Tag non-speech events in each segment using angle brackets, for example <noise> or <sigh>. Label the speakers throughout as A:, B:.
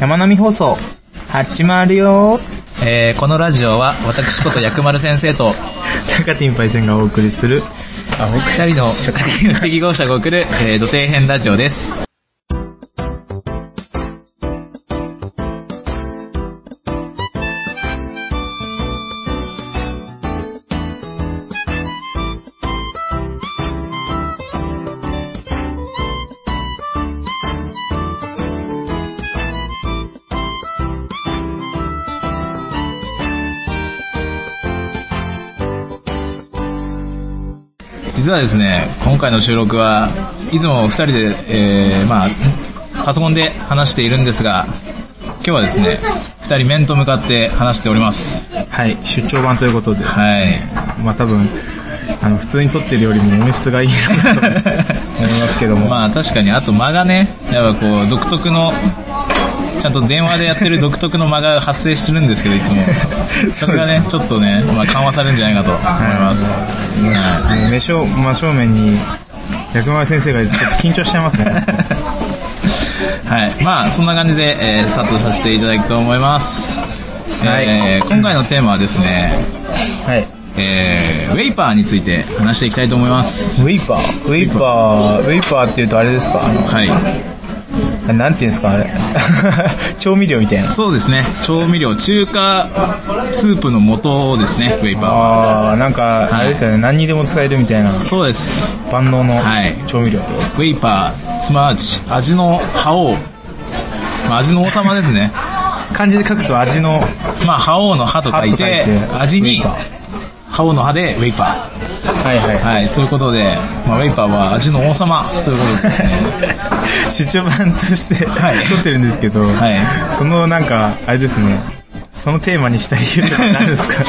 A: 山並放送、始まるよ
B: えー、このラジオは私こと薬丸先生と、
A: 高天パイセンがお送りする、
B: あ、僕二人の適合者が送る、えー、土底編ラジオです。実はですね、今回の収録はいつも二人で、えー、まあ、パソコンで話しているんですが、今日はですね、二人面と向かって話しております。
A: はい、出張版ということで、
B: <laughs> はい。
A: まあ多分、あの、普通に撮ってるよりも音質がいいなと思いますけど <laughs> も、
B: まあ確かに、あと間がね、やっぱこう、独特の、ちゃんと電話でやってる独特の間が発生してるんですけど、いつも。 <laughs> それがね、ちょっとね、まあ緩和されるんじゃないかと思います。
A: あの、目正、真正面に、薬丸先生がちょっと緊張しちゃいますね。
B: <laughs> はい。まあ、そんな感じで、えースタートさせていただきたいと思います。
A: はい
B: えー今回のテーマはですね、
A: はい。
B: えーウェイパーについて話していきたいと思います。
A: ウィーパーウィーパー、ウィーパーって言うとあれですかあの
B: はい。
A: あなんていうんですかあれ。 <laughs> 調味料みたいな。
B: そうですね。調味料、中華スープの素ですね、ウェイパーは。
A: あー、なんか、あれですよね、何にでも使えるみたいな、
B: そうです。
A: 万能の
B: はい
A: 調味料ってことです。
B: ウェイパー、すなわち、味の覇王。まあ、味の王様です
A: <laughs>
B: ね。
A: 漢字で書くと味の、は
B: まあ、覇王の覇と書い
A: 覇
B: て、
A: と書いて
B: 味に、
A: ウェイパー
B: 覇王の覇でウェイパ
A: いはい
B: ー。はい、ということで、まあ、ウェイパーは味の王様ということで
A: <laughs>
B: すね。
A: 出張版として、
B: はい
A: 撮ってるんですけど、
B: はい
A: そのなんか、あれですね、そのテーマにした理由とか何ですか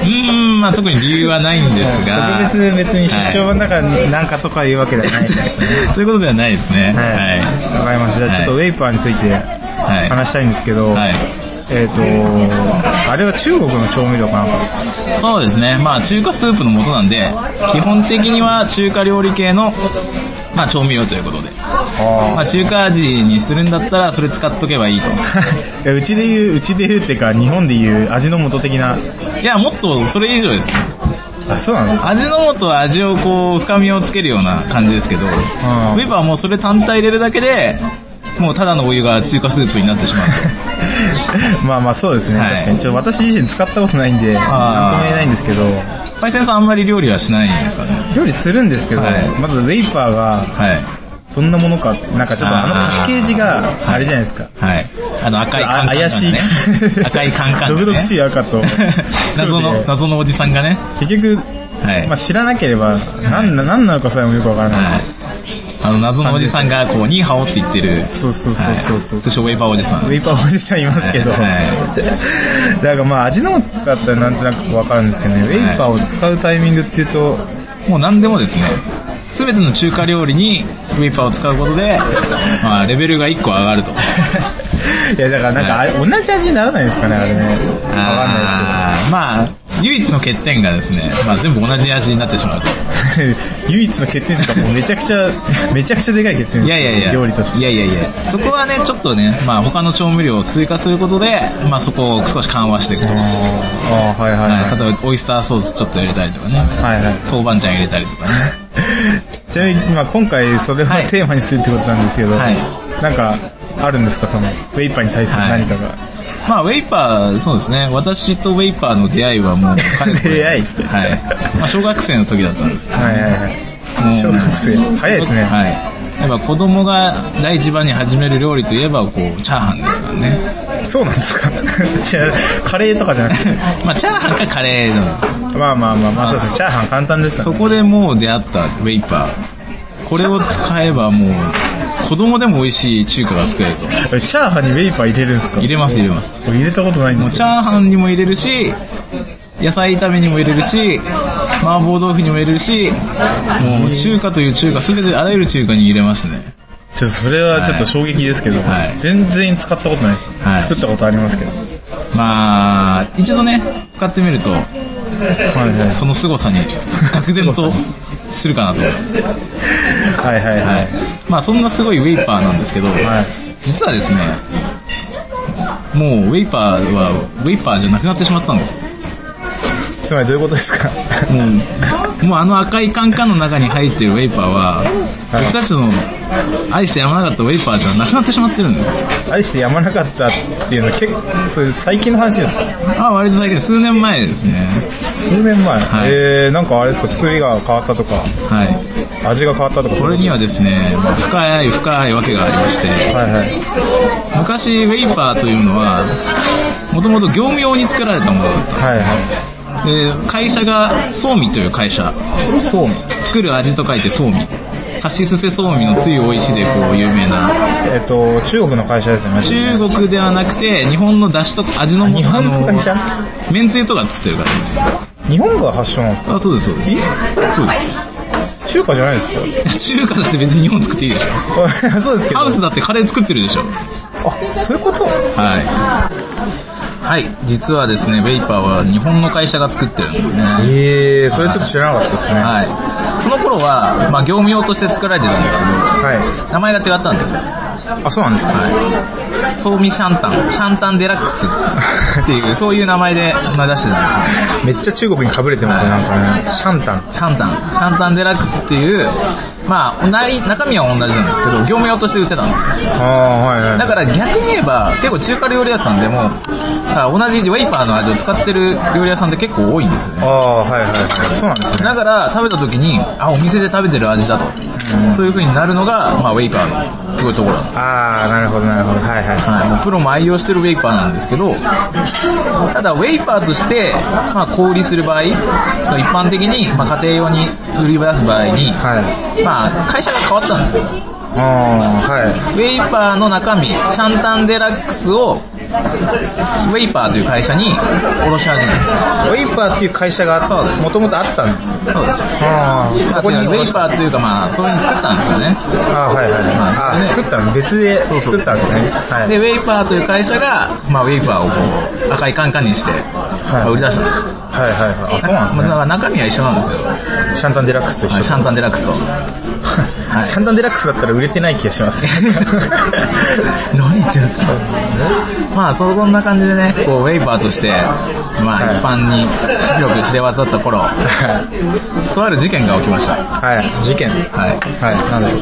A: <laughs>
B: うーん、まあ、特に理由はないんですが。
A: 特別別に出張
B: は
A: 版だからなんかとかいうわけではないですね。
B: いということではないですね。
A: はい。
B: は
A: わかりました。じゃあちょっとウェイパーについて
B: い。はい。
A: 話したいんですけど、
B: はい
A: えっ、と、あれは中国の調味料かなんかですか
B: そうですね。まあ、中華スープの素なんで、基本的には中華料理系の、まあ、調味料ということで。ま
A: あ
B: あ、中華味にするんだったら、それ使っとけばいいと。
A: ー <laughs> いやうちで言う、うちで言うっていうか、日本で言う味の素的な。
B: いや、もっとそれ以上ですね。
A: あ、そうなんですか
B: 味の素は味をこう、深みをつけるような感じですけど、ウ
A: ん
B: ェイパーはもうそれ単体入れるだけで、もうただのお湯が中華スープになってしまう。
A: <laughs> まあまあそうですね、
B: はい
A: 確かに。ちょっと私自身使ったことないんで、なんとも言えないんですけど、
B: パイセンさんあんまり料理はしないんですかね
A: 料理するんですけど、
B: はい
A: まずウェイパーが
B: はい。
A: どんなものか、なんかちょっとあのパッケージがあれじゃないですか。
B: はい。あの赤いカンカン、ね。
A: 怪しい。
B: <laughs> 赤いカンカン、ね。。
A: 毒々しい赤と
B: <laughs> 謎
A: 黒
B: の、
A: で
B: 謎のおじさんがね。
A: 結局、
B: はい。
A: まあ、知らなければ、なんな、なんなのかさえもよくわからない。
B: はい。あの謎のおじさんがこう、ニーハオって言ってる。
A: そうそうそうそうそう。
B: そしてウェイパーおじさん。
A: ウェイパーおじさんいますけど、
B: はい
A: <laughs> だからまあ味の素使ったらなんとなくわかるんですけどね、ウェイパーを使うタイミングっていうと、
B: もう何でもですね。すべての中華料理にウェイパーを使うこ
A: <laughs>
B: とで、まあ、レベルが1個上がると。
A: いやだからなんかあれ、同じ味にならないですかね、あれね。わかんない
B: あーまあ、唯一の欠点がですね、まあ全部同じ味になってしまうと。
A: ですけど。唯一の欠点とかもうめちゃくち
B: <laughs>
A: ゃ、めちゃくちゃでかい欠点ですよ
B: いやいやいや。
A: 料理として。
B: いやいやいや。そこはね、ちょっとね、まあ他の調味料を追加することで、まあそこを少し緩和していくと。はい
A: ああ、はいはいはい。
B: 例えばオイスターソースちょっと入れたりとかね。
A: はいはい。
B: 豆板醤入れたりとかね。
A: <laughs> ちなみに、まあ、今回それを
B: はい
A: テーマにするってことなんですけど、
B: はい
A: なんかあるんですかそのウェイパーに対する何かが、
B: まあウェイパー、そうですね。私とウェイパーの出会いはもう
A: <laughs>
B: 彼
A: 出会い
B: はい。まあ小学生の時だったんですけど。
A: はい、はいはい
B: もう
A: 小学生早いですね、
B: はい。やっぱ子供が第一番に始める料理といえば、こう、チャーハンですからね。
A: そうなんですか <laughs> 違うカレーとかじゃなくて
B: まあ、チャーハンかカレーなんですよ
A: まあまあまあまあそうですねチャーハン簡単です
B: そ
A: よね
B: こでもう出会ったウェイパー。これを使えばもう、子供でも美味しい中華が作れると。
A: チャーハンにウェイパー入れるんですか
B: 入れます入れます。
A: 俺入れたことないんで
B: もう
A: す
B: チ
A: よ
B: ャーハンにも入れるし、野菜炒めにも入れるし、麻婆豆腐にも入れるし、もう中華という中華、すべてあらゆる中華に入れますね。
A: ちょっとそれはちょっと衝撃ですけど、
B: はい
A: 全然使ったことない、
B: はい
A: 作ったことありますけど、はい
B: まあ、一度ね、使ってみると、
A: はい、
B: その凄さに、愕然とするかなと。は
A: はいはいはい
B: い。まあ、そんなすごいウェイパーなんですけど、
A: はい
B: 実はですね、もうウェイパーは、ウェイパーじゃなくなってしまったんです。
A: つまりどういうことです
B: <laughs>
A: か
B: もう、もうあの赤いカンカンの中に入ってるウェイパーは、僕たちの愛してやまなかったウェイパーじゃなくなってしまってるんです。
A: 愛してやまなかったっていうのは結構、それ最近の話ですか
B: あ、割と最近、数年前ですね。
A: 数年前、
B: はい
A: えー、なんかあれですか、作りが変わったとか、
B: はい。
A: 味が変わったとか、
B: これにはですね、深い深いわけがありまして、
A: はいはい。
B: 昔ウェイパーというのは、もともと業務用に作られたものだっ
A: はいは
B: た。で、会社が、ソーミという会社、
A: い。そうめん。
B: 作る味と書いてソーミ。さしすせソーミのつゆおいしでこう有名な
A: えっと、中国の会社ですよね。
B: 中国ではなくて、日本の出汁とか味の
A: 日本の会社
B: めんつゆとか作ってるからです。
A: 日本が発祥なんですか
B: あ、そうです、そうです。そうです。
A: 中華じゃないです
B: いや中華だって別に日本作っていいでしょ。
A: かそうですけど。
B: ハウスだってカレー作ってるでしょ。
A: あ、そういうこと
B: はい。はい、実はですね、ベイパーは日本の会社が作ってるんですね。
A: ええー、それちょっと知らなかったですね。は
B: はい。その頃は、まあ業務用として作られてたんです
A: い。
B: けど、名前が違ったんですよ。は
A: あ、そうなんですか、
B: い。ソーミシャンタン、シャンタンデラックスっていう、そういう名前で名出してたんですね。
A: めっちゃ中国に被れてますね、なんかね。シャンタン。
B: シャンタン、シャンタンデラックスっていう、まあ、ない中身は同じなんですけど、業務用として売ってたんですよ。
A: ああ、はいはい。
B: だから逆に言えば、結構中華料理屋さんでも、あ同じウェイパーの味を使ってる料理屋さんって結構多いんですよね。
A: ああ、はいはいはい。そうなんですね。
B: だから食べた時に、あ、お店で食べてる味だと。そういう風になるのが、まあ、ウェイパーのすごいところだと。
A: ああ、なるほどなるほど。はいはい。
B: はい、もうプロも愛用してるウェイパーなんですけど、ただウェイパーとして、まあ、小売りする場合、そう一般的に、まあ、家庭用に売り出す場合に、
A: はい。
B: まあ、会社が変わったんですよ。
A: ああ、は
B: ウェイパーの中身、シャンタンデラックスを、ウェイパーという会社に卸し始めた
A: い。ウェイパーっていう会社が
B: そうです
A: もともとあったんですね。
B: んです。そうです。
A: ああ、そ
B: そ
A: こ
B: こ
A: に
B: にウェイパーというかまあ、そういうの作ったんですよね。
A: ああ、はいはい。ああ、作ったの別で作ったんですね。はい。
B: で、ウェイパーという会社が、まあ、ウェイパーをこう、赤いカンカンにして、まあ売り出したんですよ。
A: はいはいはい。あ、そうなんで
B: まあだから中身は一緒なんですよ。
A: すね。シャンタンデラックスと一
B: シ
A: 緒。
B: ャンタンデラックスと。い
A: シャンタンデラックスだったら売れてない気がし <laughs> ますね。
B: 何言ってるんですかまあそんな感じでね、こうウェイパーとして、まあ
A: はい
B: 一般に広く知れ渡った頃、とある事件が起きました。
A: はい、事件。
B: はい。
A: はい、なんでしょ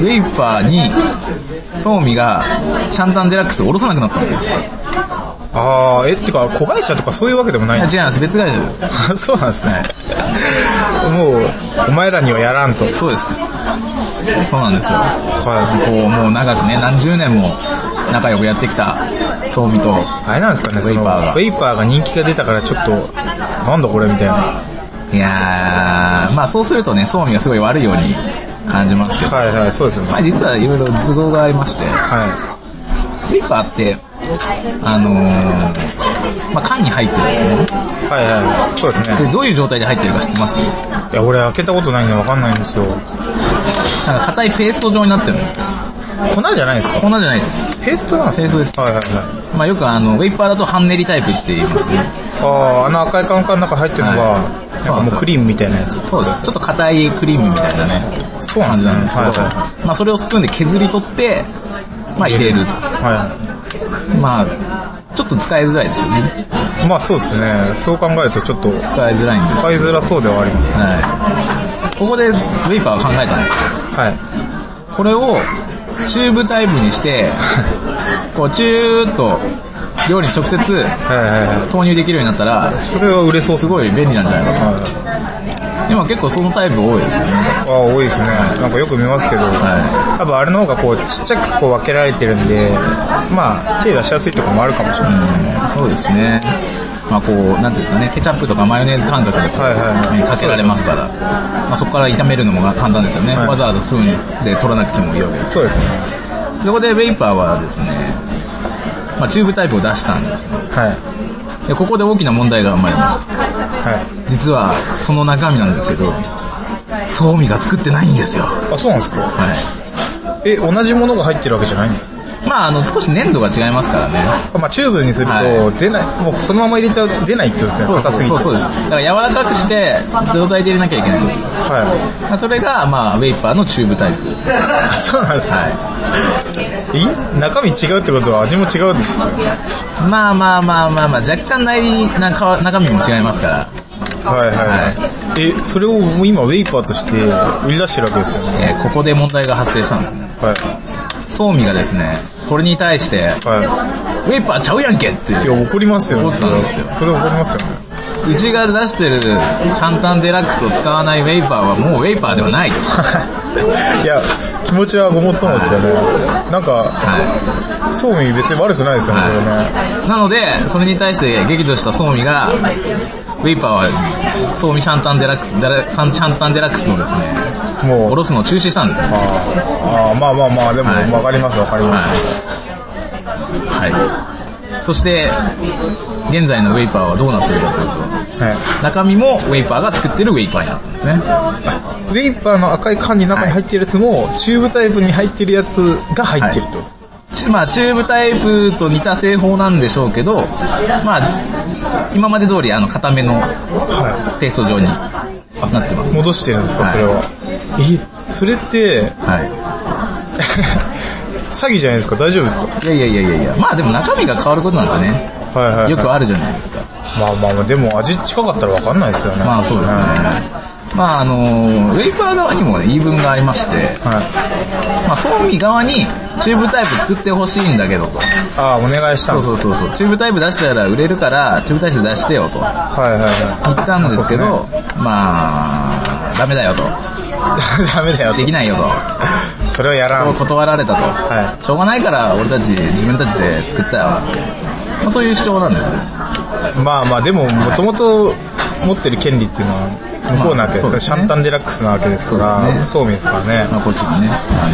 A: う。
B: ウェイパーに、ソーミがシャンタンデラックスを下ろさなくなったの。い
A: ああ、え、ってか、子会社とかそういうわけでもない
B: や違います、別会社です。
A: あ <laughs> そうなんですね。もう、お前らにはやらんと。
B: そうです。そうなんですよ。
A: はい。
B: こう、もう長くね、何十年も仲良くやってきた、ソーミと、
A: あれなんですかね、その、
B: ウェイパーが
A: ウェイパーが人気が出たからちょっと、なんだこれみたいな。はい
B: やー、まあそうするとね、ソーミがすごい悪いように感じますけど、
A: いはい、そうですよね。
B: まあ実はいろいろ都合がありまして、
A: は
B: ウェイパーって、あのー、まあ缶に入ってるんですね。
A: い。はいはい、そうですね。
B: で、どういう状態で入ってるか知ってます
A: いや、俺開けたことないんでわかんないんですよ。
B: なんか硬いペースト状になってるんですよ。
A: 粉じゃないですか
B: 粉じゃないです。
A: ペーストなんですか
B: ペーストです
A: はいはいはい。
B: まあよくあの、ウェイパーだと半練りタイプって言いますね。
A: ああ、あの赤いカンカンの中入ってるのが、
B: は
A: なんかもうクリームみたいなやつ。
B: そうです。ちょっと硬いクリームみたいなね、
A: そう
B: 感じなんですけ
A: は
B: ど
A: い、は
B: まあそれをスプーンで削り取って、まあ入れると。
A: い。は
B: まあ、ちょっと使いづらいですよね。
A: い。まあそうですね。そう考えるとちょっと、
B: 使いづらいんですよ。
A: 使いづらそうではあります。
B: はい。ここでウェイパーを考えたんですよ。
A: はい。
B: これをチューブタイプ
A: <laughs>
B: にして、こうチューっと料理に直接
A: はいはいはい。
B: 投入できるようになったら、
A: それは売れそうっ
B: す
A: すね。
B: ごい便利なんじゃないか
A: はい。
B: と。今結構そのタイプ多いですよね。
A: ああ、多いですね。なんかよく見ますけど、
B: は
A: 多分あれの方がこう、ちっちゃくこう分けられてるんで、まあ、手出しやすいとかもあるかもしれないですね。
B: そうですね。まあこう、なんていうんですかね、ケチャップとかマヨネーズ感覚でこう
A: はいはいはい
B: かけられますから、まあそこから炒めるのも簡単ですよね。
A: はい
B: わざわざスプーンで取らなくてもいいわけです。
A: そうですね。
B: そこでウェイパーはですね、まあチューブタイプを出したんですね。
A: はい。
B: で、ここで大きな問題が生まれました。
A: は。
B: 実はその中身なんですけど、ソーミが作ってないんですよ。はい
A: あ、そうなんですか。え、同じものが入ってるわけじゃないんですか。
B: まあ、あの、少し粘度が違いますからね。
A: まあ、チューブにする
B: は
A: と、出ない、もうそのまま入れちゃうと出ないってことですね、
B: そう
A: 硬すぎて。
B: そうそうです。だから柔らかくして、状態で入れなきゃいけないんです。
A: は
B: <laughs> まあそれが、まあ、ウェイパーのチューブタイプ。
A: い。そうなんですか。え中身違うってことは味も違うんですよ。
B: まあまあまあまあまあ、若干内なか中身も違いますから。
A: はいはいはい。え、それをもう今、ウェイパーとして売り出してるわけですよね。
B: えーここで問題が発生したんですね。
A: はい。
B: ソーミがですね、これに対して、
A: は
B: ウェイパーちゃうやんけって
A: い。い。や、怒りますよね。
B: そうなんですよ
A: それ怒りますよね。 <laughs>
B: うちが出してるシャンタンデラックスを使わないウェイパーはもうウェイパーではないと。
A: いや、気持ちはごもっともですよね。なんか、
B: は
A: そうみ別に悪くないですよね、それね。
B: い。なので、それに対して激怒したソーミが、ウェイパーは、ソーミシャンタンデラックス、デラシャンタンデラックスのですね、
A: も
B: お
A: う、
B: ろすのを中止したんです。はい。
A: あーあー、まあまあまあ、でも
B: はい
A: わかりますわかります。
B: はい。そして、現在のウェイパーはどうなってるかというと、
A: はい。
B: 中身もウェイパーが作ってるウェイパーになってるんですね。
A: ウェイパーの赤い缶に中に入ってるやつも、チューブタイプに入ってるやつが入ってるってことです。
B: ちまあ、チューブタイプと似た製法なんでしょうけど、まあ、今まで通り、あの、固めの
A: は
B: ペースト状になってます。
A: い。戻してるんですか、それは。え、それって、
B: は
A: <laughs> 詐欺じゃないですか、大丈夫ですか
B: い。いやいやいやいやいや、まあでも中身が変わることなんてね、
A: はいはいはい。
B: よくあるじゃないですか。
A: まあまあまあ、でも味近かったらわかんないですよね。
B: まあそうですね。まああの、ウェイパー側にもね言い分がありまして、
A: はい。
B: まあ、ソミ側にチューブタイプ作ってほしいんだけどと。
A: ああ、お願いしたん
B: そ
A: で
B: う
A: す。
B: そうそうそう。チューブタイプ出したら売れるから、チューブタイプ出してよと。
A: はいはい <laughs> は
B: 言ったんですけ
A: そ
B: ど、まあ、ダメだよと。
A: い。ダメだよ。
B: できないよと。
A: それはやらん。
B: 断られたと。
A: は
B: しょうがないから俺たち、自分たちで作ったよ。まあ、そういう主張なんですよ。
A: まあまあ、でも、もともと持ってる権利っていうのは、向こうなわけです,、
B: まあそうです
A: シ
B: ね
A: ャンタンデラックスなわけですか
B: そうです
A: ら、
B: ね
A: そうみですからね。
B: まあ、こっちもね、あ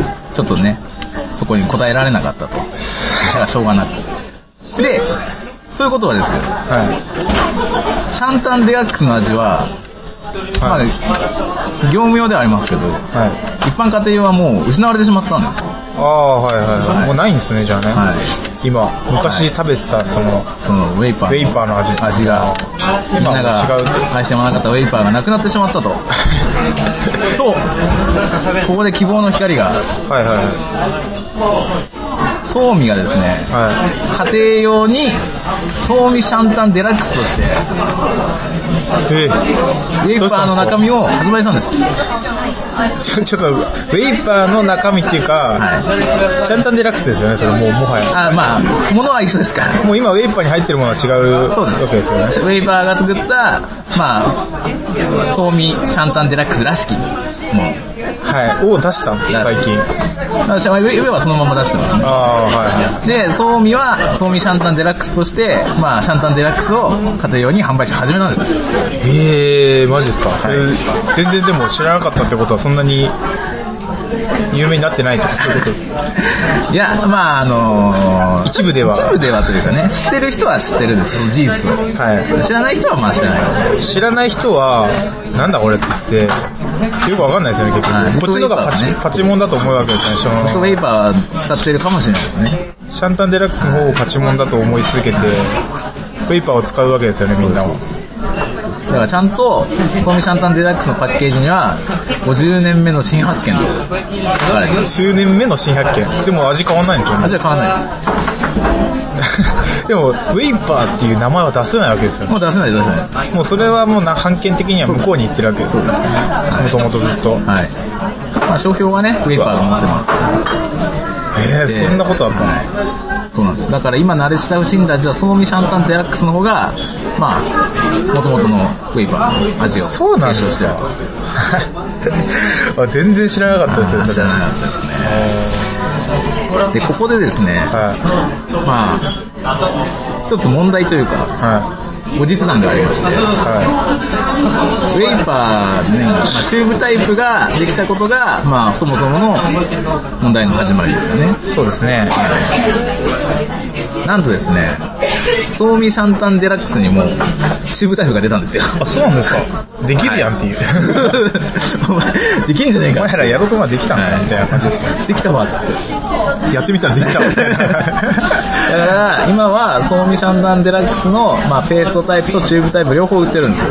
B: のちょっとね、そこに答えられなかったと。だからしょうがなく。で、そういうことはですよ。
A: はい。
B: シャンタンデラックスの味は、ま
A: は
B: あ
A: い。、
B: 業務用ではありますけど、
A: はい。
B: 一般家庭用はもう失われてしまったんですよ。
A: ああ、はいはいは。
B: はいい
A: もうないんですね、じゃあね。
B: はい
A: 今、昔食べてた、その、
B: そのウェイパー
A: ウェイパーの味。
B: 味が、みん
A: 今は
B: な
A: 違う。
B: が愛してもらわなかったウェイパーがなくなってしまった
A: <laughs>
B: と。と、ここで希望の光が、
A: はいはいはい。
B: ソーミがですね、
A: は
B: 家庭用に、ソーミシャンタンデラックスとして、
A: い。え
B: ウェイパーの中身を発売したんです。
A: ちょ、ちょっ <laughs> と、ウェイパーの中身っていうか、
B: はい。
A: シャンタンデラックスですよね、それもう、もはや。
B: あ、まあ、物は一緒ですから。
A: もう今、ウェイパーに入ってるものは違う
B: そう
A: わ
B: です。
A: けですよね。
B: ウェイパーが作った、まあ、ソーミシャンタンデラックスらしきもの。
A: はい。を出したんですよ、最近。
B: 私はウェイウェイはそのまま出してます
A: あ
B: ね。
A: あ、はいはい。
B: で、ソーミは、ソーミシャンタンデラックスとして、まあ、シャンタンデラックスを家庭用に販売し始めたんです。
A: ええー、マジですか、それ全然でも知らなかったってことはそんなに有名になってないってことそういうこ
B: いや、まあ、あのー
A: 一部では
B: 一部ではというかね、知ってる人は知ってるんです、事
A: と
B: 実を。
A: は
B: 知らない人はまあ知らない。
A: い。知らない人は、なんだこれって、よくわかんないですよね、結
B: はい
A: 局。こっちのがパチ、
B: ずっとウェイ
A: パチ
B: パーはね
A: モンだと思うわけですね、そ
B: ソフトウ
A: の、
B: ェイパー使ってるかもしれないですね。
A: シャンタンデラックスの方をパチモンだと思い続けて、ウェイパーを使うわけですよね、みんなを。
B: だからちゃんと、ソーミシャンタンデラックスのパッケージには、50年目の新発見と書かれてます。
A: 数年目の新発見。でも味変わんないんですよね。
B: 味は変わらないで
A: <laughs> でも、ウェイパーっていう名前は出せないわけですよ
B: す。もう出せない出せない。
A: もうそれはもうな、判権的には向こうに行ってるわけですよね。もともとずっと。
B: はい。まあ、商標はね、ウェイパーが持ってますから。
A: えー、そんなことあったの
B: はい。そうなんです。だから今慣れ親しんだ味は、ソーミシャンタンデラックスの方が、まあ、もともとのウェイパーの味を
A: そうなんだ
B: 継承してると。
A: あ <laughs> 全然知らなかったですよ、そ
B: 知
A: れ。
B: らなかったですね。で、ここでですね、
A: は
B: まあ、一つ問題という
A: い。
B: か、
A: は
B: 後日談がありまして、
A: い。は
B: ウェイパーね、まあ、チューブタイプができたことが、まあ、そもそもの問題の始まりでしたね。
A: い。そうですね。
B: なんとですね、ソーミシャンタンデラックスにも、チューブタイプが出たん <laughs> ですよ。
A: あ、そうなんですか。できるやんっていう。
B: お前、できんじゃね
A: <laughs> お
B: えか。
A: 前らやろうとまできたんだみたいな感じですね。
B: できたわ、つって。
A: やってみたらできたわみたいな。
B: だから、今は、ソーミシャンタンデラックスの、まあ、ペーストタイプとチューブタイプ両方売ってるんですよ。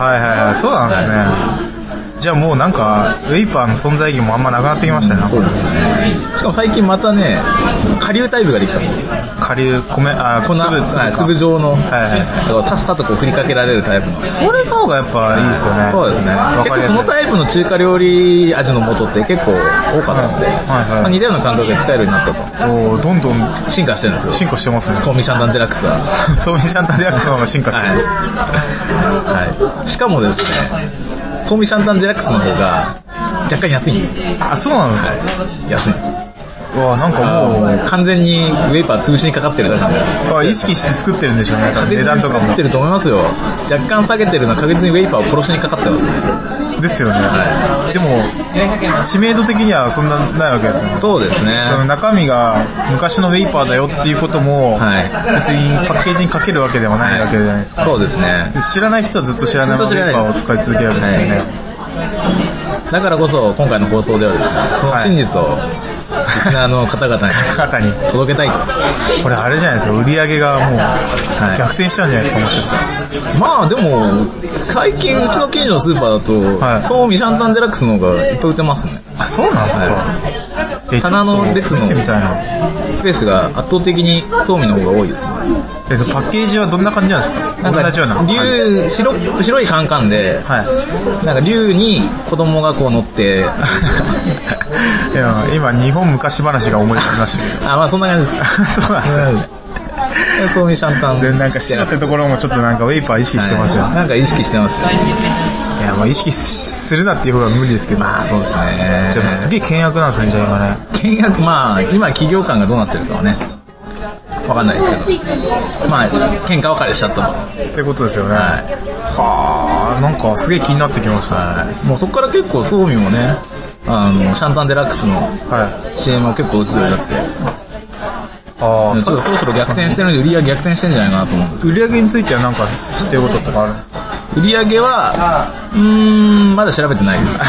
A: はいはいはい、そうなんですね。じゃあもうなんか、ウェイパーの存在意義もあんまなくなってきましたね。
B: そうですね。しかも最近またね、下流タイプができたんですよ。
A: 下流、米、あ、
B: 粉、
A: 粒、粒
B: は
A: か
B: い粒状の。
A: はいはい
B: だからさっさとこう振りかけられるタイプの。
A: それの方がやっぱいいですよね。
B: そうですね。
A: わ
B: 結
A: か
B: 構
A: りやす
B: そ
A: い。
B: のタイプの中華料理味の素って結構多かったんで、
A: はいはい
B: まあ似たような感覚で使えるようになったと。
A: おーどんどん
B: 進化してるんですよ。
A: 進化してますね。
B: ソーミシャンダンデラックスは。は
A: ソーミシャンタンデラックスの方が進化してる。
B: い。はい。しかもですね、ソーミシャンダンデラックスの方が若干安いんですよ。
A: あ、そうなんですか。
B: 安いんですよ。
A: うわなんかもう、
B: 完全にウェイパー潰しにかかってるだけなんで。
A: あ意識して作ってるんでしょうね。多分値段とか
B: 下げ
A: も
B: て。ると思いますよ。若干下げてるのは確実にウェイパーを殺しにかかってますね。
A: ですよね。でも、知名度的にはそんなないわけですよね。
B: そうですね。
A: その中身が昔のウェイパーだよっていうことも、
B: はい
A: 別にパッケージにかけるわけではないわけじゃないですか。
B: そうですね。
A: 知らない人はずっと知らないウ
B: ずっと知ら
A: ェ
B: な
A: イ
B: い
A: パ
B: で
A: ー
B: す
A: を使い続けるわけですよね。
B: だからこそ、今回の放送ではですね、その真実を、リスナーの方々に
A: 中に。
B: 届けたいと。
A: これあれじゃないですか、売り上げがもう
B: い
A: 逆転しちゃうんじゃないですか、もしかしたら。
B: まあでも、最近うちの近所のスーパーだと、
A: はい
B: そうミシャンタンデラックスの方がいっぱい売ってますね。
A: あ、そうなんですか。え
B: 棚の
A: ちょっと
B: 列の
A: 見てみたいな。
B: スペースが圧倒的にそうみの方が多いですね。
A: えっと、パッケージはどんな感じなんですか同じような。はい
B: 竜、白、白いカンカンで、なんか竜に子供がこう乗って、
A: <laughs>
B: <laughs>
A: いや今、日本昔話が思い出しましたけど。 <laughs>
B: あ、まあそんな感じです。
A: そうなんですよ。
B: そうミシャンタン
A: で、なんか白ってところもちょっとなんかウェイパー意識してますよね。
B: なんか意識してますよ。
A: いや、まあ意識するなっていう方が無理ですけど。
B: まあそうですね。
A: じゃあすげえ倹約なんですね、じゃあ今ね。
B: 見学、まあ、今企業間がどうなってるかはね、わかんないですけど。まあ、喧嘩別れしちゃった
A: っ
B: と。
A: てことですよね。
B: は
A: はあ、なんかすげえ気になってきましたね。
B: い。もうそこから結構、ソーミもね、あの、シャンタンデラックスの
A: はい。
B: CM を結構打つようになって、
A: ああ、
B: ちょっとそろそろ逆転してるんで、売り上げ逆転してんじゃないかなと思うんです
A: 売り上げについてはなんか知ってることとかあるんですか
B: 売り上げは、うーん、まだ調べてないです。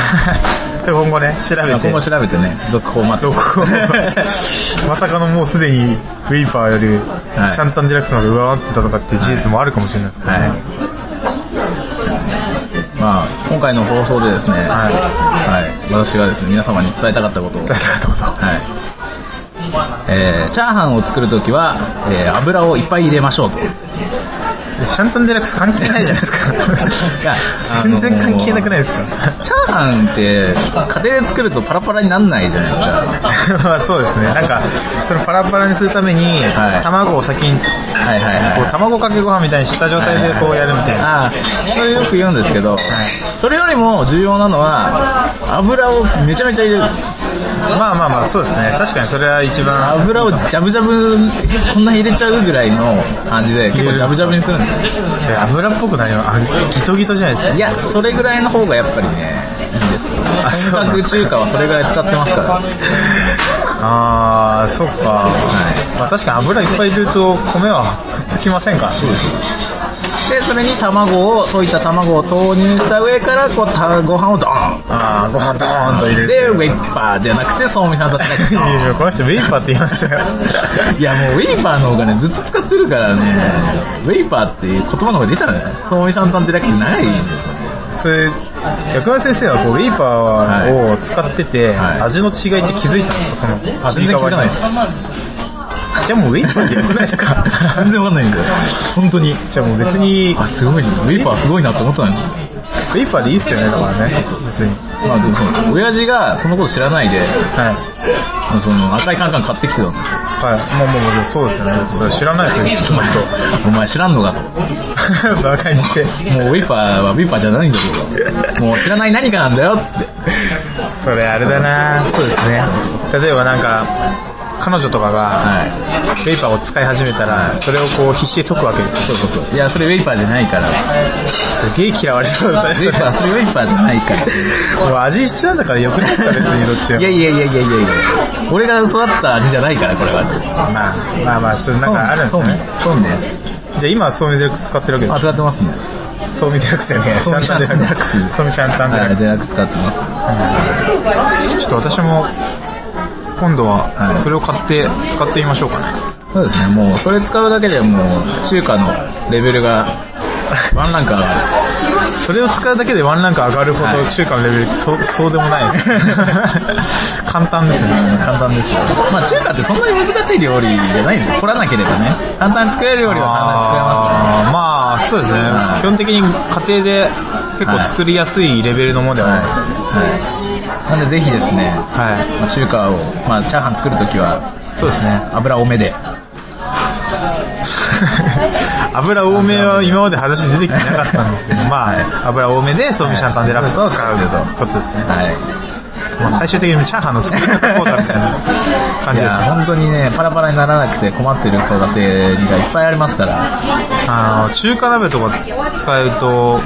A: で今後ね、調べ
B: 今
A: て。
B: 後調べてね、続報を待
A: そ
B: つ。
A: こまさかのもうすでにウェイパーよりシ
B: い
A: ャンタンデラックスの方が上回ってたとかっていう事実もあるかもしれないですけどね。
B: はい。まあ、今回の放送でですね、はい。私がですね、皆様に伝えたかったこと
A: 伝
B: を。
A: えたかったこと。
B: はい。えー、チャーハンを作るときは、えー、油をいっぱい入れまし
A: <laughs>
B: ょうと。い
A: シャンタンデラックス関係ないじゃないですか。
B: や
A: 全然関係なくないですか
B: あのーチャーハンって、家庭で作るとパラパラになんないじゃないですか。
A: <laughs> まあそうですね。なんか、それパラパラにするために
B: は、い
A: 卵を先に、
B: はいはいはい
A: こう卵かけご飯みたいにした状態でこうやるみたいな。
B: ああ、それよく言うんですけど、それよりも重要なのは、油をめちゃめちゃ入れる。
A: まあまあまあ、そうですね。確かにそれは一番、
B: 油をジャブジャブ、こんな入れちゃうぐらいの感じで、結構ジャブジャブにするんですよ。
A: え油っぽくなります。あギトギトじゃないですか。
B: いや、それぐらいの方がやっぱりね、いいんですよ。
A: そう
B: 本
A: なん
B: 格
A: ですか
B: 中華はそれぐらい使ってますから。
A: あー、そっか。まあ確かに油いっぱい入れると米はくっつきませんから。そうです。
B: で、それに卵を、溶いた卵を投入した上から、こう、たご飯をドーン
A: あー、ご飯ドーンと入れる。
B: で、ウェイパーじゃなくて、そうみさんだった
A: い
B: ら、
A: やいやこの人ウェイパーって言いましたよ。
B: いや、もうウェイパーの方がね、ずっと使ってるからね、ウェイパーっていう言葉の方が出ちゃうね。そうみさんとデラックス長いんですよね。
A: それ、薬丸先生はこう、ウェイパーを使ってて、
B: はい
A: 味の違いって気づいたんですかその、
B: あ、全然聞かないです。
A: じゃあもうウェイパーでよくないですか
B: 全然わかんないん <laughs> だよ。 <laughs> 本当に。
A: じゃあもう別に、ウ
B: あ、すごいね。ウェイパーすごいなって思ったんですよ。
A: ェイパーでいいっすよね、だからね。別に。
B: まあ、でも親父がそのこと知らないで、
A: はい。
B: その赤いカンカン買ってきてたんですよ。
A: はい。まあまあまあ、そうですよね。それ知らない
B: <laughs>
A: ですよ、その人。
B: お前知らんのかと。
A: バカにして。
B: もうウィーパーはウィーパーじゃないんだけど、もう知らない何かなんだよって。
A: それあれだなそうですね。例えばなんか、彼女とかが、
B: はい。
A: ウェイパーを使い始めたら、それをこう必死で解くわけです
B: そう
A: よ。
B: そうそう。いや、それウェイパーじゃないから。ウ
A: すげえ嫌われそうだね、
B: ェイ
A: それ
B: パー、それウェイパーじゃないから。
A: もう味一緒なんだからよくないから別にどっちでも
B: いやいやいやいやいやいや俺が育った味じゃないから、これは。
A: まあまあまあ、そうなんかあるんです
B: そう
A: ね
B: ね。。そうね。
A: じゃあ今はソーミデラックス使ってるわけで
B: あ、
A: す
B: 使ってますね。
A: ソーミデラックスじゃねえ
B: ソーミシャンタンデラックス
A: ソーミシャンタンデラ
B: は
A: ック
B: い、デラックス使ってます。
A: ス。ちょっと私も、今度は
B: は、い
A: それを買って使ってみましょうかね。
B: そうですね、もう、それ使うだけでもう、中華のレベルが、ワンランク上がる。
A: それを使うだけでワンランク上がるほど中華のレベルってそそうでもない <laughs> ね。簡単ですね。
B: 簡単ですよ。まあ中華ってそんなに難しい料理じゃないんですよ。凝らなければね。簡単に作れる料理は簡単に作
A: あーまあ、そう
B: れますからね。
A: ですね。
B: は
A: 基
B: い
A: 本的に家庭で結構作りやすいレベルのものではないですよね。
B: はい。なんでぜひですね、
A: はい。
B: まあ中華を、まあチャーハン作るときは、
A: そうですね。
B: 油多めで。
A: <laughs> 油多めは今まで話に出てきてなかったんですけど、まあ、油多めで、そうみシャンタンデラックスを使うということですね。
B: はい。
A: まあ、最終的にチャーハンの作り方講座みたいな感
B: い
A: じです
B: や、
A: ね。
B: 本当にね、パラパラにならなくて困ってる子育てがいっぱいありますから。
A: あの、中華鍋とか使うと、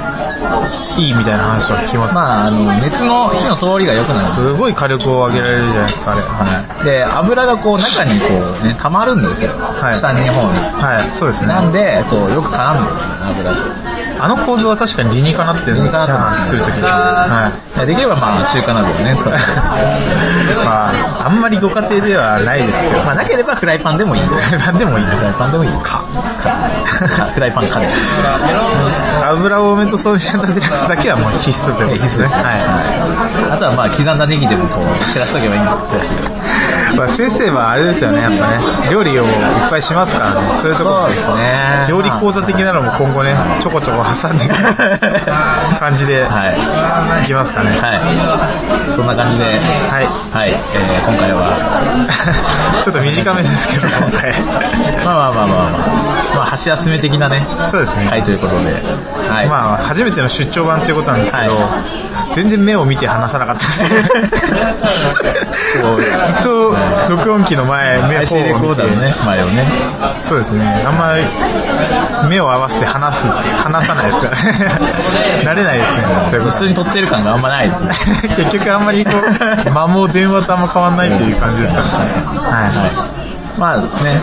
A: いいみたいな話を聞きます。
B: まあ、あの、熱の火の通りが良くなる。
A: すごい火力を上げられるじゃないですか、あれ。
B: はい。で、油がこう中にこうね、溜まるんですよ。
A: はい
B: 下に方に。
A: はい、そうですね。
B: なんで、こう、よく絡むんですね、油と。
A: あの構造は確かに理にかなってるんですチャーハン作るときに。はい。
B: い。できればまあ、中華鍋をね、使って。
A: まあ、あんまりご家庭ではないですけど、
B: <laughs>
A: <laughs>
B: まあ、なければフライパンでもいい。フ
A: まあ、でもいいな。
B: ライパンでもいい。 <laughs> か。かフライパンかで。
A: 油多めとそうめんシャンタンデラックスだけはもう必須ということですね。は
B: はい。あとはまあ、刻んだネギでもこう、散らしとけばいいんです散らして
A: い。まあ、先生はあれですよね、やっぱね。料理をいっぱいしますからね。そういうところ
B: そうですね
A: 料理講座的なのも今後ね、ちょこちょこ挟んでいく感じで、
B: はい。
A: いきますかね。
B: はい。そんな感じで、はい。
A: はい。
B: えー、今回は、
A: ちょっと短めですけど、今回。
B: まあまあまあまあまあ、まあ、箸休め的なね、
A: そうですね。
B: はいということで、はい。
A: まあ、初めての出張版ということなんですけど、全然目を見て話さなかったですね。
B: <laughs> こう
A: ずっと録音機の前、目
B: IC レコ
A: を見
B: ー
A: て
B: ダーのね、前をね。
A: そうですね。あんまり目を合わせて話す、話さないですから <laughs> ね。慣れないですね。そういうこ
B: 一緒に撮ってる感があんまないですね。
A: と。 <laughs> 結局あんまりこう、間も電話とあんま変わんないっていう感じですからね。は
B: はい。まあですね、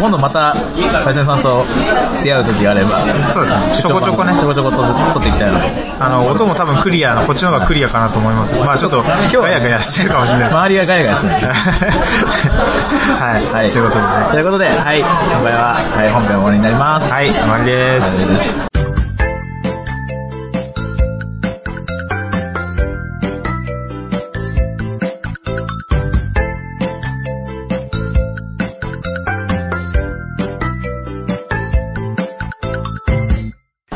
B: 今度また、パイセンさんと出会う時があれば、
A: い。そうですね。ちょこちょこね
B: ち。ょこちょこ撮っていきたいので、
A: あの、音も多分クリアの、こっちの方がクリアかなと思います。まあちょっと、ガヤガヤしてるかもしれない <laughs> です。
B: 周りがガヤガヤするんで。
A: はい。
B: はい。
A: ということでね。
B: ということで、はい、今回は、はい、本編終わりになります。
A: はい、終わりです。
B: 以上です